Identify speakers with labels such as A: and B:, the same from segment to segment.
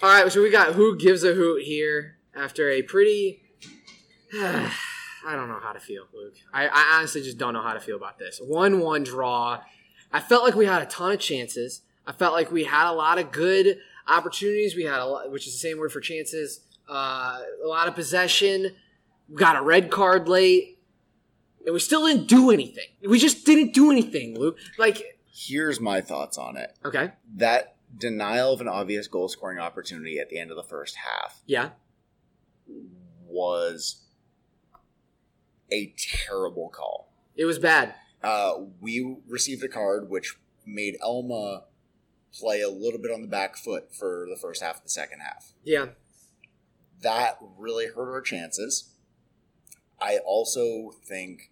A: All right, so we got who gives a hoot here after a pretty. I don't know how to feel, Luke. I, I honestly just don't know how to feel about this. One-one draw. I felt like we had a ton of chances. I felt like we had a lot of good opportunities. We had a lot, which is the same word for chances. Uh, a lot of possession. We got a red card late, and we still didn't do anything. We just didn't do anything, Luke. Like,
B: Here's my thoughts on it.
A: okay,
B: That denial of an obvious goal scoring opportunity at the end of the first half
A: yeah,
B: was a terrible call.
A: it was bad.
B: Uh, we received a card which made Elma play a little bit on the back foot for the first half of the second half.
A: Yeah,
B: That really hurt our chances. I also think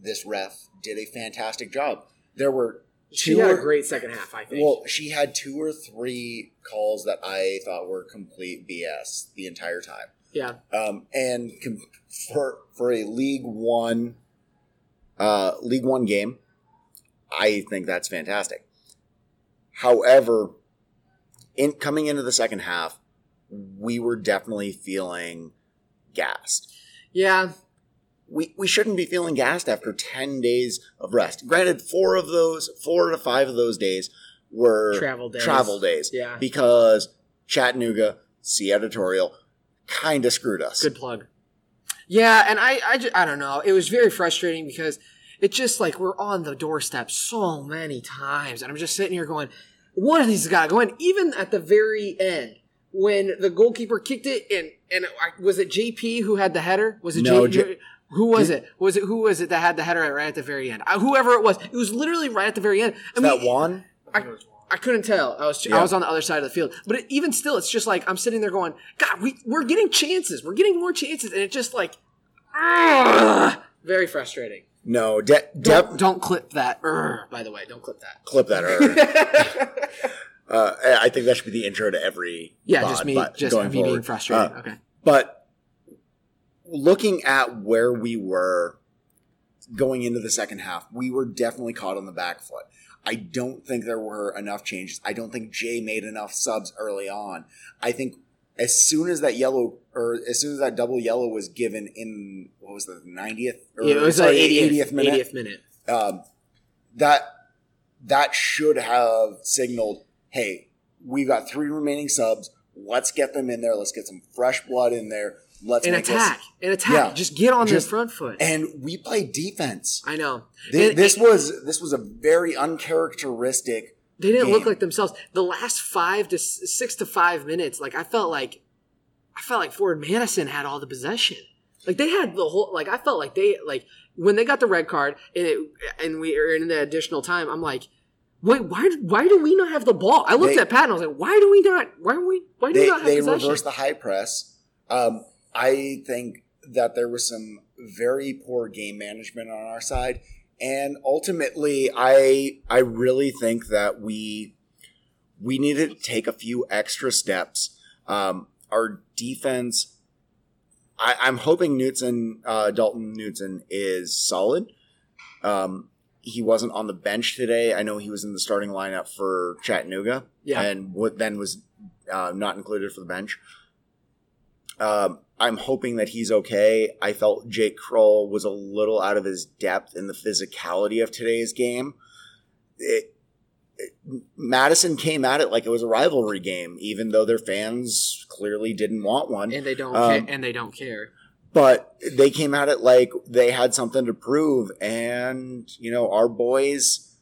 B: this ref did a fantastic job. There were
A: she
B: two
A: had a
B: or-
A: great second half. I think.
B: well, she had two or three calls that I thought were complete BS the entire time.
A: yeah,
B: Um, and com- for for a League One, uh, League One game, I think that's fantastic. However, in coming into the second half, we were definitely feeling gassed.
A: yeah.
B: We we shouldn't be feeling gassed after ten days of rest. Granted, four of those, four to five of those days were
A: Travel days.
B: travel days
A: Yeah.
B: because Chattanooga, see editorial, kind of screwed us.
A: Good plug. Yeah, and I, I, ju- I don't know. It was very frustrating because it's just like we're on the doorstep so many times, and I'm just sitting here going, one of these has got to go in. Even at the very end, when the goalkeeper kicked it, and and I, was it JP who had the header? Was it
B: No,
A: JP?
B: J-
A: who was it? Was it who was it that had the header right at the very end? Uh, whoever it was, it was literally right at the very end. I
B: Is that
A: mean,
B: Juan?
A: I, I couldn't tell. I was I was on the other side of the field. But it, even still, it's just like I'm sitting there going, God, we we're getting chances. We're getting more chances, and it's just like, ugh, very frustrating.
B: No, de-
A: Don't,
B: de-
A: don't clip that. Ugh, by the way, don't clip that.
B: clip that. Err. uh, I think that should be the intro to every.
A: Yeah,
B: pod,
A: just me,
B: but
A: just me
B: going
A: being
B: forward.
A: frustrated.
B: Uh,
A: okay.
B: But looking at where we were going into the second half, we were definitely caught on the back foot. I don't think there were enough changes. I don't think Jay made enough subs early on. I think as soon as that yellow or as soon as that double yellow was given in what was the 90th or
A: Yeah, it was uh,
B: sorry,
A: like 80th,
B: 80th minute
A: 80th minute.
B: um, that that should have signaled, hey, we've got three remaining subs. Let's get them in there. Let's get some fresh blood in there. Let's
A: An
B: make this-"
A: attack. An attack.
B: Yeah.
A: just get on
B: Just-
A: the front foot.
B: And we played defense.
A: I know.
B: Th-
A: And-
B: this was this was a very uncharacteristic.
A: They didn't look
B: game.
A: like themselves. The last five to s- six to five minutes, like I felt like, I felt like Ford Madison had all the possession. Like they had the whole. Like I felt like they like when they got the red card and it and we are in the additional time. I'm like, wait, why why do we not have the ball? I looked
B: They-
A: at Pat and I was like, why do we not? Why do we? Why do
B: They
A: we not have
B: they
A: possession?
B: reversed the high press. Um, I think that there was some very poor game management on our side, and ultimately, I I really think that we we needed to take a few extra steps. Um, our defense, I, I'm hoping Knutson, uh, Dalton Knutson is solid. Um, he wasn't on the bench today. I know he was in the starting lineup for Chattanooga,
A: Yeah.
B: and what then was uh, not included for the bench. Um, I'm hoping that he's okay. I felt Jake Kroll was a little out of his depth in the physicality of today's game. It, Madison came at it like it was a rivalry game, even though their fans clearly didn't want one.
A: and they don't.
B: Um,
A: ca- and they don't care.
B: But they came at it like they had something to prove, and you know our boys,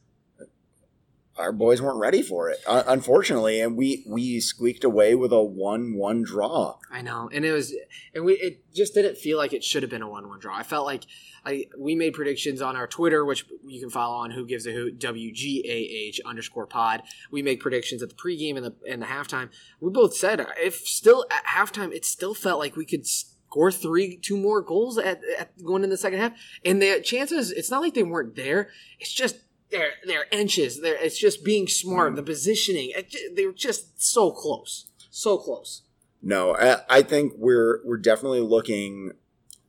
B: our boys weren't ready for it, uh, unfortunately, and we we squeaked away with a one-one draw.
A: I know, and it was, and we it just didn't feel like it should have been a one-one draw. I felt like I we made predictions on our Twitter, which you can follow on Who Gives a Hoot W G A H underscore Pod. We make predictions at the pregame and the and the halftime. We both said if still at halftime, it still felt like we could score three, two more goals at, at going in the second half, and the chances. It's not like they weren't there. It's just. They're, they're inches. They're, it's just being smart. The positioning. It, ju- they were just so close. So close.
B: No, I, I think we're we're definitely looking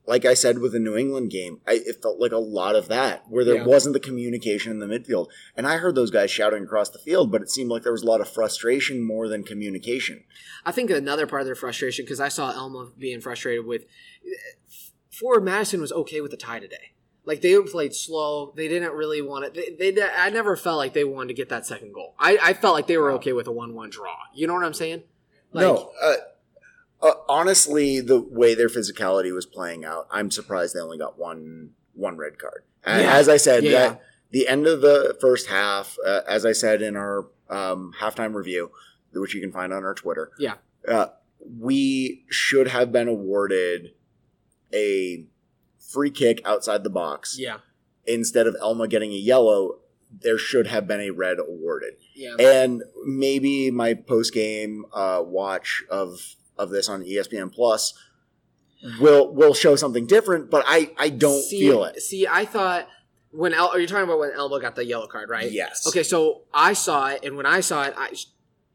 B: like I said with the New England game, I, it felt like a lot of that where there
A: Yeah.
B: wasn't the communication in the midfield. And I heard those guys shouting across the field, but it seemed like there was a lot of frustration more than communication.
A: I think another part of their frustration because I saw Elma being frustrated with Forward Madison was okay with the tie today. Like they played slow. They didn't really want it. They, they I never felt like they wanted to get that second goal. I, I felt like they were okay with a one-one draw. You know what I'm saying? Like,
B: no, uh, uh, honestly, the way their physicality was playing out, I'm surprised they only got one one red card. A-
A: Yeah.
B: As I said,
A: Yeah.
B: that- the end of the first half, uh, as I said in our um, halftime review, which you can find on our Twitter,
A: Yeah.
B: uh, we should have been awarded a free kick outside the box
A: Yeah.
B: instead of Elma getting a yellow. There should have been a red awarded
A: Yeah.
B: and maybe my post game uh, watch of of this on E ESPN Plus will will show something different, but I I don't
A: see,
B: feel it.
A: See, I thought when El, are you talking about when Elba got the yellow card, right?
B: Yes.
A: Okay, so I saw it, and when I saw it, I,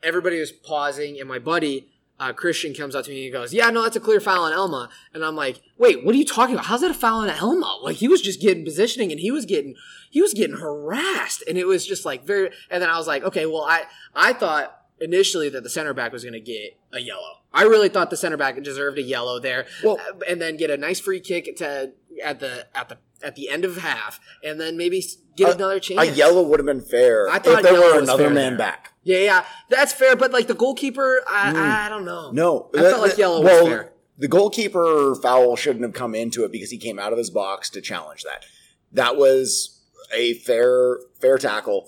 A: everybody was pausing, and my buddy uh, Christian comes up to me and he goes, "Yeah, no, that's a clear foul on Elma." And I'm like, "Wait, what are you talking about? How's that a foul on Elma? Like he was just getting positioning, and he was getting he was getting harassed, and it was just like very." And then I was like, "Okay, well, I I thought." Initially, that the center back was going to get a yellow. I really thought the center back deserved a yellow there,
B: Well,
A: and then get a nice free kick to at the at the at the end of half, and then maybe s- get another chance.
B: a yellow would have been fair
A: I thought
B: if there
A: yellow
B: were
A: was
B: another
A: fair
B: man
A: there.
B: back.
A: Yeah, yeah, that's fair. But like the goalkeeper, I, I don't know.
B: Mm. No,
A: I felt like yellow was fair.
B: The goalkeeper foul shouldn't have come into it because he came out of his box to challenge that. That was a fair fair tackle,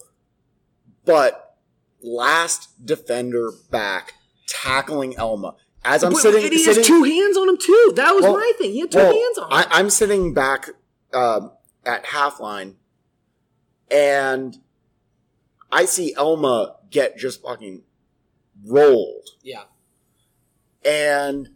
B: but last defender back tackling Elma. As I'm
A: But-
B: sitting,
A: and he
B: sitting
A: has two hands on him too. That was
B: Well,
A: my thing. He had two
B: Well,
A: hands on.
B: I,
A: him.
B: I'm sitting back um, at half line, and I see Elma get just fucking rolled,
A: yeah,
B: and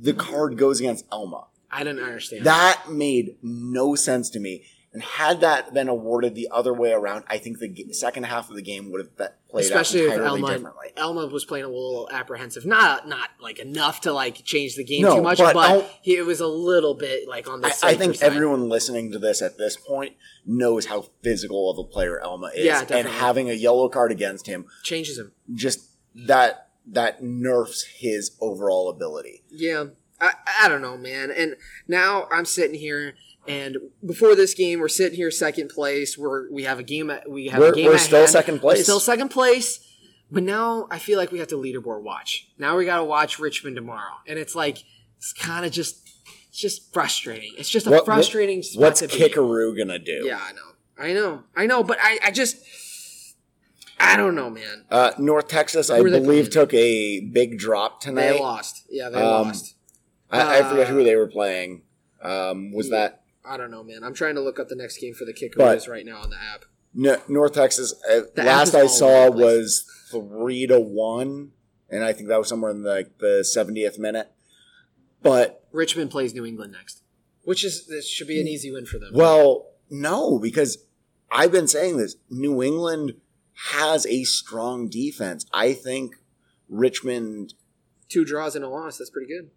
B: the card goes against Elma.
A: I didn't understand.
B: That made no sense to me. And had that been awarded the other way around, I think the g- second half of the game would have be- played
A: Especially
B: out
A: if
B: entirely
A: Elma
B: differently.
A: Elma was playing a little apprehensive, not not like enough to like change the game
B: No,
A: too much,
B: but
A: but,
B: I'll-
A: he, it was a little bit like on the.
B: I, I
A: safer
B: think
A: side.
B: everyone listening to this at this point knows how physical of a player Elma is,
A: Yeah,
B: and
A: definitely.
B: having a yellow card against him
A: changes him.
B: just that that nerfs his overall ability.
A: Yeah, I, I don't know, man. And now I'm sitting here, and before this game, we're sitting here second place. We're we have a game. At, we have
B: We're-
A: a game.
B: we're
A: at
B: still
A: hand.
B: second place.
A: We're still second place. But now I feel like we have to leaderboard watch. Now we got to watch Richmond tomorrow, and it's like it's kind of just it's just frustrating. It's just a
B: What- what-
A: frustrating. spot
B: What's
A: to be.
B: Kickaroo gonna do?
A: Yeah, I know, I know, I know. But I, I just I don't know, man.
B: Uh, North Texas, I
A: Who are they
B: believe,
A: playing?
B: took a big drop
A: They
B: tonight.
A: lost. Yeah, they
B: Um,
A: lost.
B: I, I forget
A: Uh,
B: who they were playing. Um, was
A: Yeah.
B: that
A: I don't know, man. I'm trying to look up the next game for the
B: But-
A: Kickaroos right now on the app.
B: No, North Texas. Uh,
A: The
B: last
A: app is
B: I
A: all
B: saw
A: over the place.
B: was three to one, and I think that was somewhere in like the seventieth minute. But
A: Richmond plays New England next, which is this should be an easy win for them.
B: well, no, because I've been saying this. New England has a strong defense. I think Richmond.
A: Two draws and a loss. That's pretty good.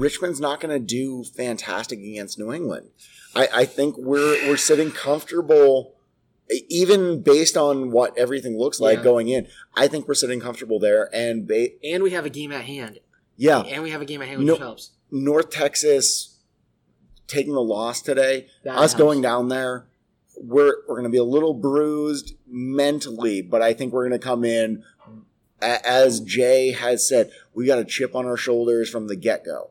B: Richmond's not going to do fantastic against New England. I, I think we're we're sitting comfortable, e- even based on what everything looks like
A: Yeah.
B: going in. I think we're sitting comfortable there, and ba-
A: And we have a game at hand.
B: yeah,
A: And we have a game at hand, which
B: Oh. No.
A: helps.
B: North Texas taking the loss today,
A: That
B: us
A: helps.
B: going down there, we're we're going to be a little bruised mentally, but I think we're going to come in a- as Jay has said, we got a chip on our shoulders from the get-go.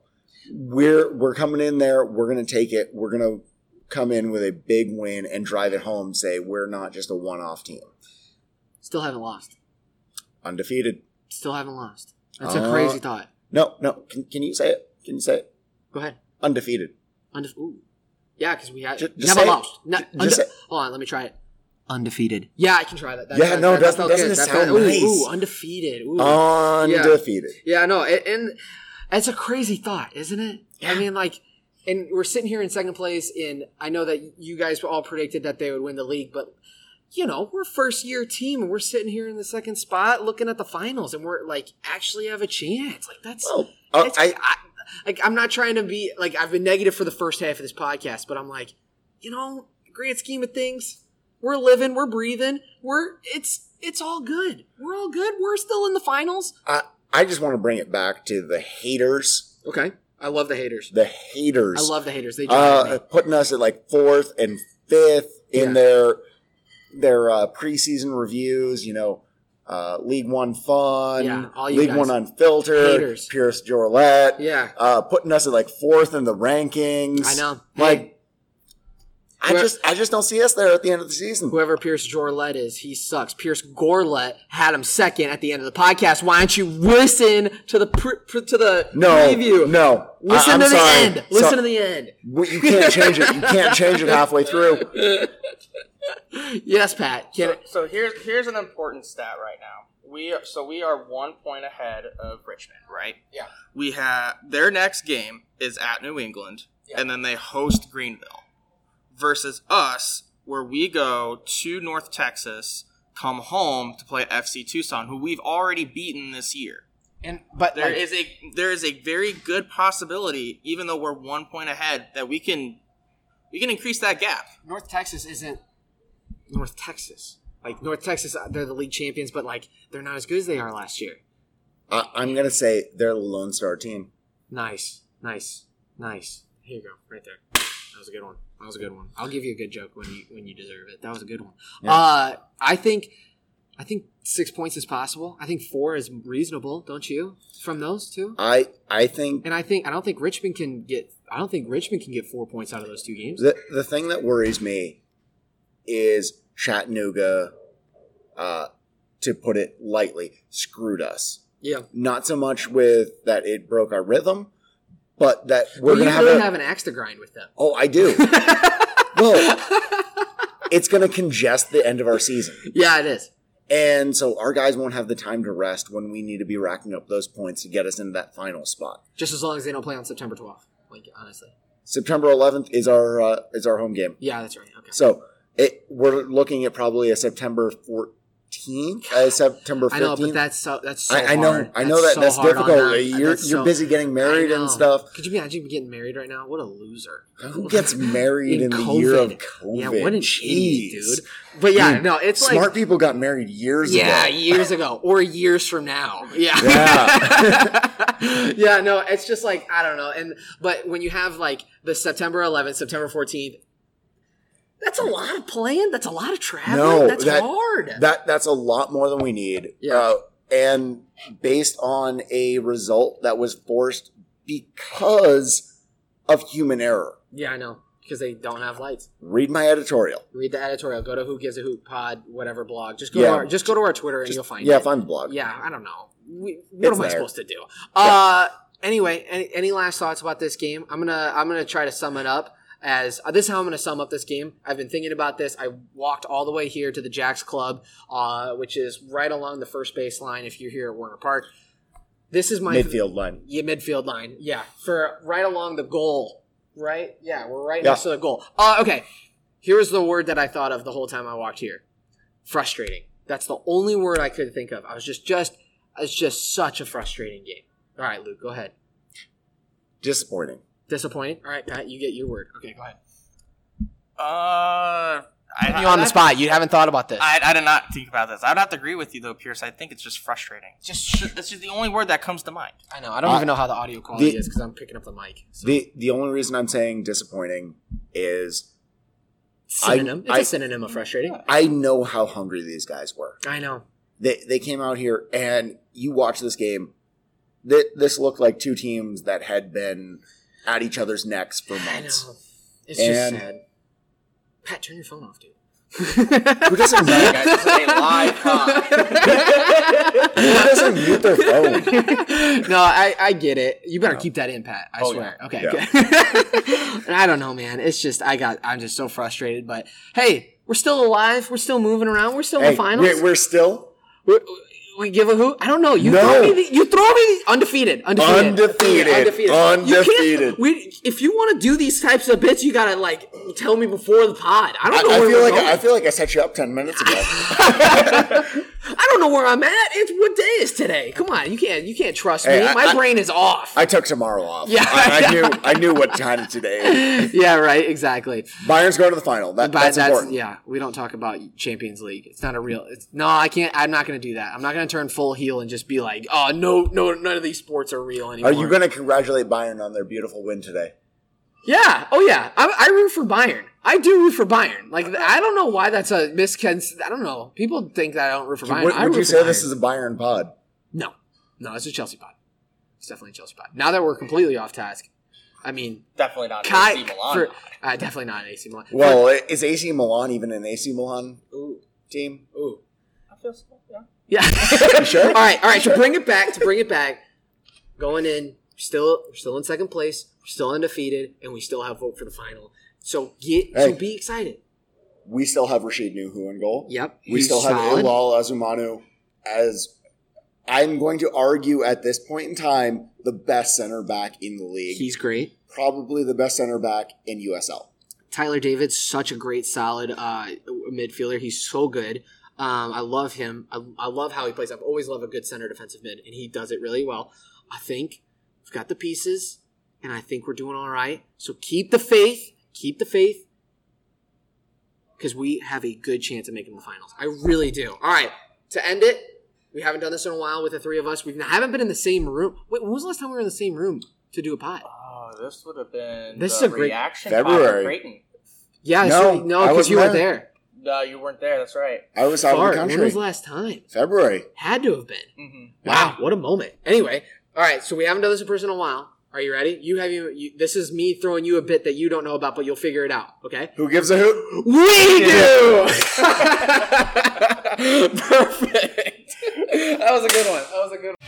B: We're we're coming in there, we're going to take it, we're going to come in with a big win and drive it home, say we're not just a one-off team.
A: Still haven't lost.
B: Undefeated.
A: Still haven't lost. That's a
B: Uh,
A: crazy thought.
B: No, no, can, can you say it? Can you say it?
A: Go ahead.
B: Undefeated.
A: Undef- Ooh. Yeah, because we had
B: Ju- just say it.
A: never lost. No,
B: Ju-
A: unde-
B: just say-
A: hold on, let me try it. Undefeated. Yeah, I can try that. that
B: Yeah,
A: that-
B: no,
A: that- that
B: doesn't-
A: felt
B: doesn't
A: good.
B: it
A: That
B: sound
A: felt- ooh,
B: nice? Oh.
A: Ooh, undefeated. Ooh.
B: Undefeated.
A: Yeah, no, and, and it's a crazy thought, isn't it? I mean, like, and we're sitting here in second place. In I know that you guys all predicted that they would win the league, but you know, we're first year team and we're sitting here in the second spot looking at the finals and we're like actually have a chance. Like that's
B: Oh, uh,
A: that's-
B: I,
A: like I'm not trying to be like I've been negative for the first half of this podcast, but I'm like, you know, grand scheme of things, we're living, we're breathing, we're it's it's all good. We're all good. We're still in the finals.
B: I, I just want to bring it back to the haters.
A: Okay. I love the haters.
B: The haters.
A: I love the haters. They drive
B: uh,
A: me.
B: putting us at like fourth and fifth in
A: Yeah.
B: their their uh, preseason reviews. You know, uh, League One Fun,
A: Yeah, all you
B: League
A: guys.
B: One Unfiltered,
A: Haters.
B: Pierce Jorlet,
A: Yeah.
B: uh, putting us at like fourth in the rankings.
A: I know.
B: Like, I
A: Whoever-
B: just I just don't see us there at the end of the season.
A: Whoever Pierce Jorlet is, he sucks. Pierce Gorlet had him second at the end of the podcast. Why don't you listen to the pre- pre- to the
B: No,
A: preview?
B: no.
A: Listen
B: I- I'm
A: to the
B: sorry.
A: end. Listen
B: So-
A: to the end.
B: We- You can't change it. You can't change it halfway through.
A: Yes, Pat. Can
C: So, so here's here's an important stat right now. We are, so we are one point ahead of Richmond, right?
B: Yeah.
C: We have their next game is at New England,
B: Yeah.
C: and then they host Greenville versus us, where we go to North Texas, come home to play FC Tucson, who we've already beaten this year.
A: and but
C: There
A: like-
C: is a there is a very good possibility, even though we're one point ahead, that we can we can increase that gap.
A: North Texas isn't North Texas. Like North Texas, uh, they're the league champions, but like they're not as good as they are last year.
B: I, I'm gonna say they're the Lone Star team.
A: Nice, nice, nice. Here you go, right there. That was a good one. That was a good one. I'll give you a good joke when you when you deserve it. That was a good one.
B: Yeah.
A: Uh, I think, I think six points is possible. I think four is reasonable, don't you? From those two,
B: I I think
A: and I think I don't think Richmond can get. I don't think Richmond can get four points out of those two games.
B: The the thing that worries me is Chattanooga, uh, to put it lightly, screwed us.
A: Yeah,
B: Not so much with that it broke our rhythm, but that we're
A: we're you
B: gonna have,
A: really
B: a,
A: have an axe to grind with them.
B: Oh, I do. well, it's gonna congest the end of our season,
A: Yeah, it is.
B: and so our guys won't have the time to rest when we need to be racking up those points to get us into that final spot.
A: Just as long as they don't play on September 12th. Like, honestly.
B: September 11th is our uh, is our home game.
A: Yeah, that's right. Okay.
B: So it, we're looking at probably a September 14th, uh, September 15th.
A: I know, but that's so, that's so
B: I, I know,
A: hard.
B: I know that
A: so
B: that's
A: hard on
B: difficult.
A: them.
B: You're
A: That's
B: you're
A: so-
B: busy getting married
A: I
B: and
A: know.
B: stuff.
A: Could you imagine getting married right now? What a loser.
B: Who gets married in, the year of COVID?
A: Yeah, what an
B: Jeez.
A: idiot, dude. But yeah,
B: Dude,
A: no, it's
B: Smart
A: like
B: people got married years
A: yeah,
B: ago.
A: years ago or years from now. Yeah.
B: Yeah.
A: Yeah, no, it's just like I don't know. And but when you have like the September 11th, September 14th, that's a lot of playing. That's a lot of traveling.
B: No,
A: that's
B: that-
A: hard.
B: That that's a lot more than we need.
A: Yeah.
B: Uh, and based on a result that was forced because of human error.
A: yeah, I know because they don't have lights.
B: Read my editorial.
A: read the editorial. Go to Who Gives a Hoot Pod, whatever blog. Just go
B: Yeah.
A: to our just go to our Twitter and
B: Just-
A: you'll find
B: yeah,
A: it.
B: find the blog.
A: yeah, I don't know. We, what
B: It's
A: am I
B: there.
A: supposed to do? Uh, anyway, any, any last thoughts about this game? I'm gonna I'm gonna try to sum it up as uh, this is how I'm gonna sum up this game. I've been thinking about this. I walked all the way here to the Jacks Club, uh, which is right along the first base line. If you're here at Warner Park, this is my
B: Midfield line.
A: yeah, midfield line. Yeah, for right along the goal. Right? Yeah, we're right
B: Yeah.
A: next to the goal. Uh, okay. Here's the word that I thought of the whole time I walked here. Frustrating. That's the only word I could think of. I was just just it's just such a frustrating game. All right, Luke, go ahead.
B: Disappointing.
A: Disappointing. All right, Pat, you get your word. Okay, go ahead.
C: Uh, I,
A: you on the spot. You haven't thought about this.
C: I, I did not think about this. I'd have to agree with you though, Pierce. I think it's just frustrating. Just sh- that's just the only word that comes to mind.
A: I know. I don't
B: I-
A: even know how the audio quality
B: the-
A: is is because I'm picking up the mic. So.
B: The the only reason I'm saying disappointing is
A: synonym. it's
B: I-
A: a synonym of frustrating.
B: I know how hungry these guys were.
A: I know.
B: They they came out here and you watch this game. Th- this looked like two teams that had been at each other's necks for
A: I
B: months.
A: know. It's
B: And-
A: just sad. Pat, turn your phone off, dude.
B: Who doesn't
C: Sorry,
B: mute,
C: guys, this is a live
B: who doesn't mute their phone?
A: no, I, I get it. You better
B: No.
A: keep that in, Pat. I
C: Oh,
A: swear. Okay.
B: Yeah.
A: good. and I don't know, man. It's just I got. I'm just so frustrated. But hey, we're still alive. We're still moving around. We're still in
B: Hey,
A: the finals.
B: We're, we're still
A: We're, We give a who? I don't know. You
B: No.
A: throw me. The, you throw me the, undefeated, undefeated,
B: Undefeated,
A: You can't-
B: undefeated.
A: we, if you want to do these types of bits, you gotta like tell me before the pod.
B: I,
A: I don't know.
B: I
A: where
B: feel
A: we're
B: like
A: going.
B: I feel like I set you up ten minutes ago.
A: I don't know where I'm at. It's what day is today? Come on, you can't you can't trust
B: Hey,
A: me.
B: I-
A: My
B: I-
A: brain is off.
B: I took tomorrow off.
A: Yeah.
B: I, I knew I knew what time today. is.
A: yeah, right. Exactly.
B: Bayern's going to the final. That,
A: But
B: that's, important.
A: yeah. We don't talk about Champions League. It's not a real. It's no. I can't. I'm not going to do that. I'm not going to turn full heel and just be like, oh no, no, none of these sports are real anymore.
B: Are you going to congratulate Bayern on their beautiful win today?
A: Yeah. Oh yeah. I, I root for Bayern. I do root for Bayern. Like I don't know why that's a misconception. I don't know. People think that I don't root for Bayern.
B: Would,
A: I
B: would
A: root
B: you
A: for
B: say
A: Bayern.
B: this is a Bayern pod?
A: no, no. It's a Chelsea pod. It's definitely a Chelsea pod. Now that we're completely off task, I mean,
C: Definitely not
A: Kai
C: AC Milan.
A: for uh, definitely not an AC Milan.
B: Well, is AC Milan even an AC Milan team?
A: Ooh.
C: I feel so- yeah.
A: Yeah.
B: sure?
A: All right. All right. To bring it back. To bring it back. Going in, still, we're still in second place. We're still undefeated, and we still have vote for the final. So get,
B: Hey.
A: so be excited.
B: We still have Rashid Nuhu in goal.
A: Yep.
B: We
A: he's
B: still have
A: solid.
B: Ilal Azumanu as I'm going to argue at this point in time the best center back in the league.
A: He's great.
B: probably the best center back in USL.
A: Tyler David's such a great, solid uh, midfielder. He's so good. Um, I love him. I, I love how he plays. I've always loved a good center defensive mid, and he does it really well. I think we've got the pieces, and I think we're doing all right. So keep the faith. Keep the faith. Because we have a good chance of making the finals. I really do. All right. To end it, we haven't done this in a while with the three of us. We haven't been in the same room. Wait, when was the last time we were in the same room to do a pod?
C: Oh, this would have been
A: This
C: the
A: is a great-
C: reaction pod
B: February.
C: at Creighton.
A: Yeah,
B: No,
A: so- no,
B: I
A: because
B: wasn't
A: you
B: there.
A: were there.
C: No, you weren't there. That's right.
B: I was out
A: Fart.
B: of the
A: When was
B: country.
A: last time?
B: February.
A: Had to have been.
C: hmm
A: Wow, what a moment. Anyway, all right. So we haven't done this in person in a while. Are you ready? You have you, you. This is me throwing you a bit that you don't know about, but you'll figure it out. Okay.
B: Who gives a hoot?
A: We do. Perfect.
C: That was a good one. That was a good one.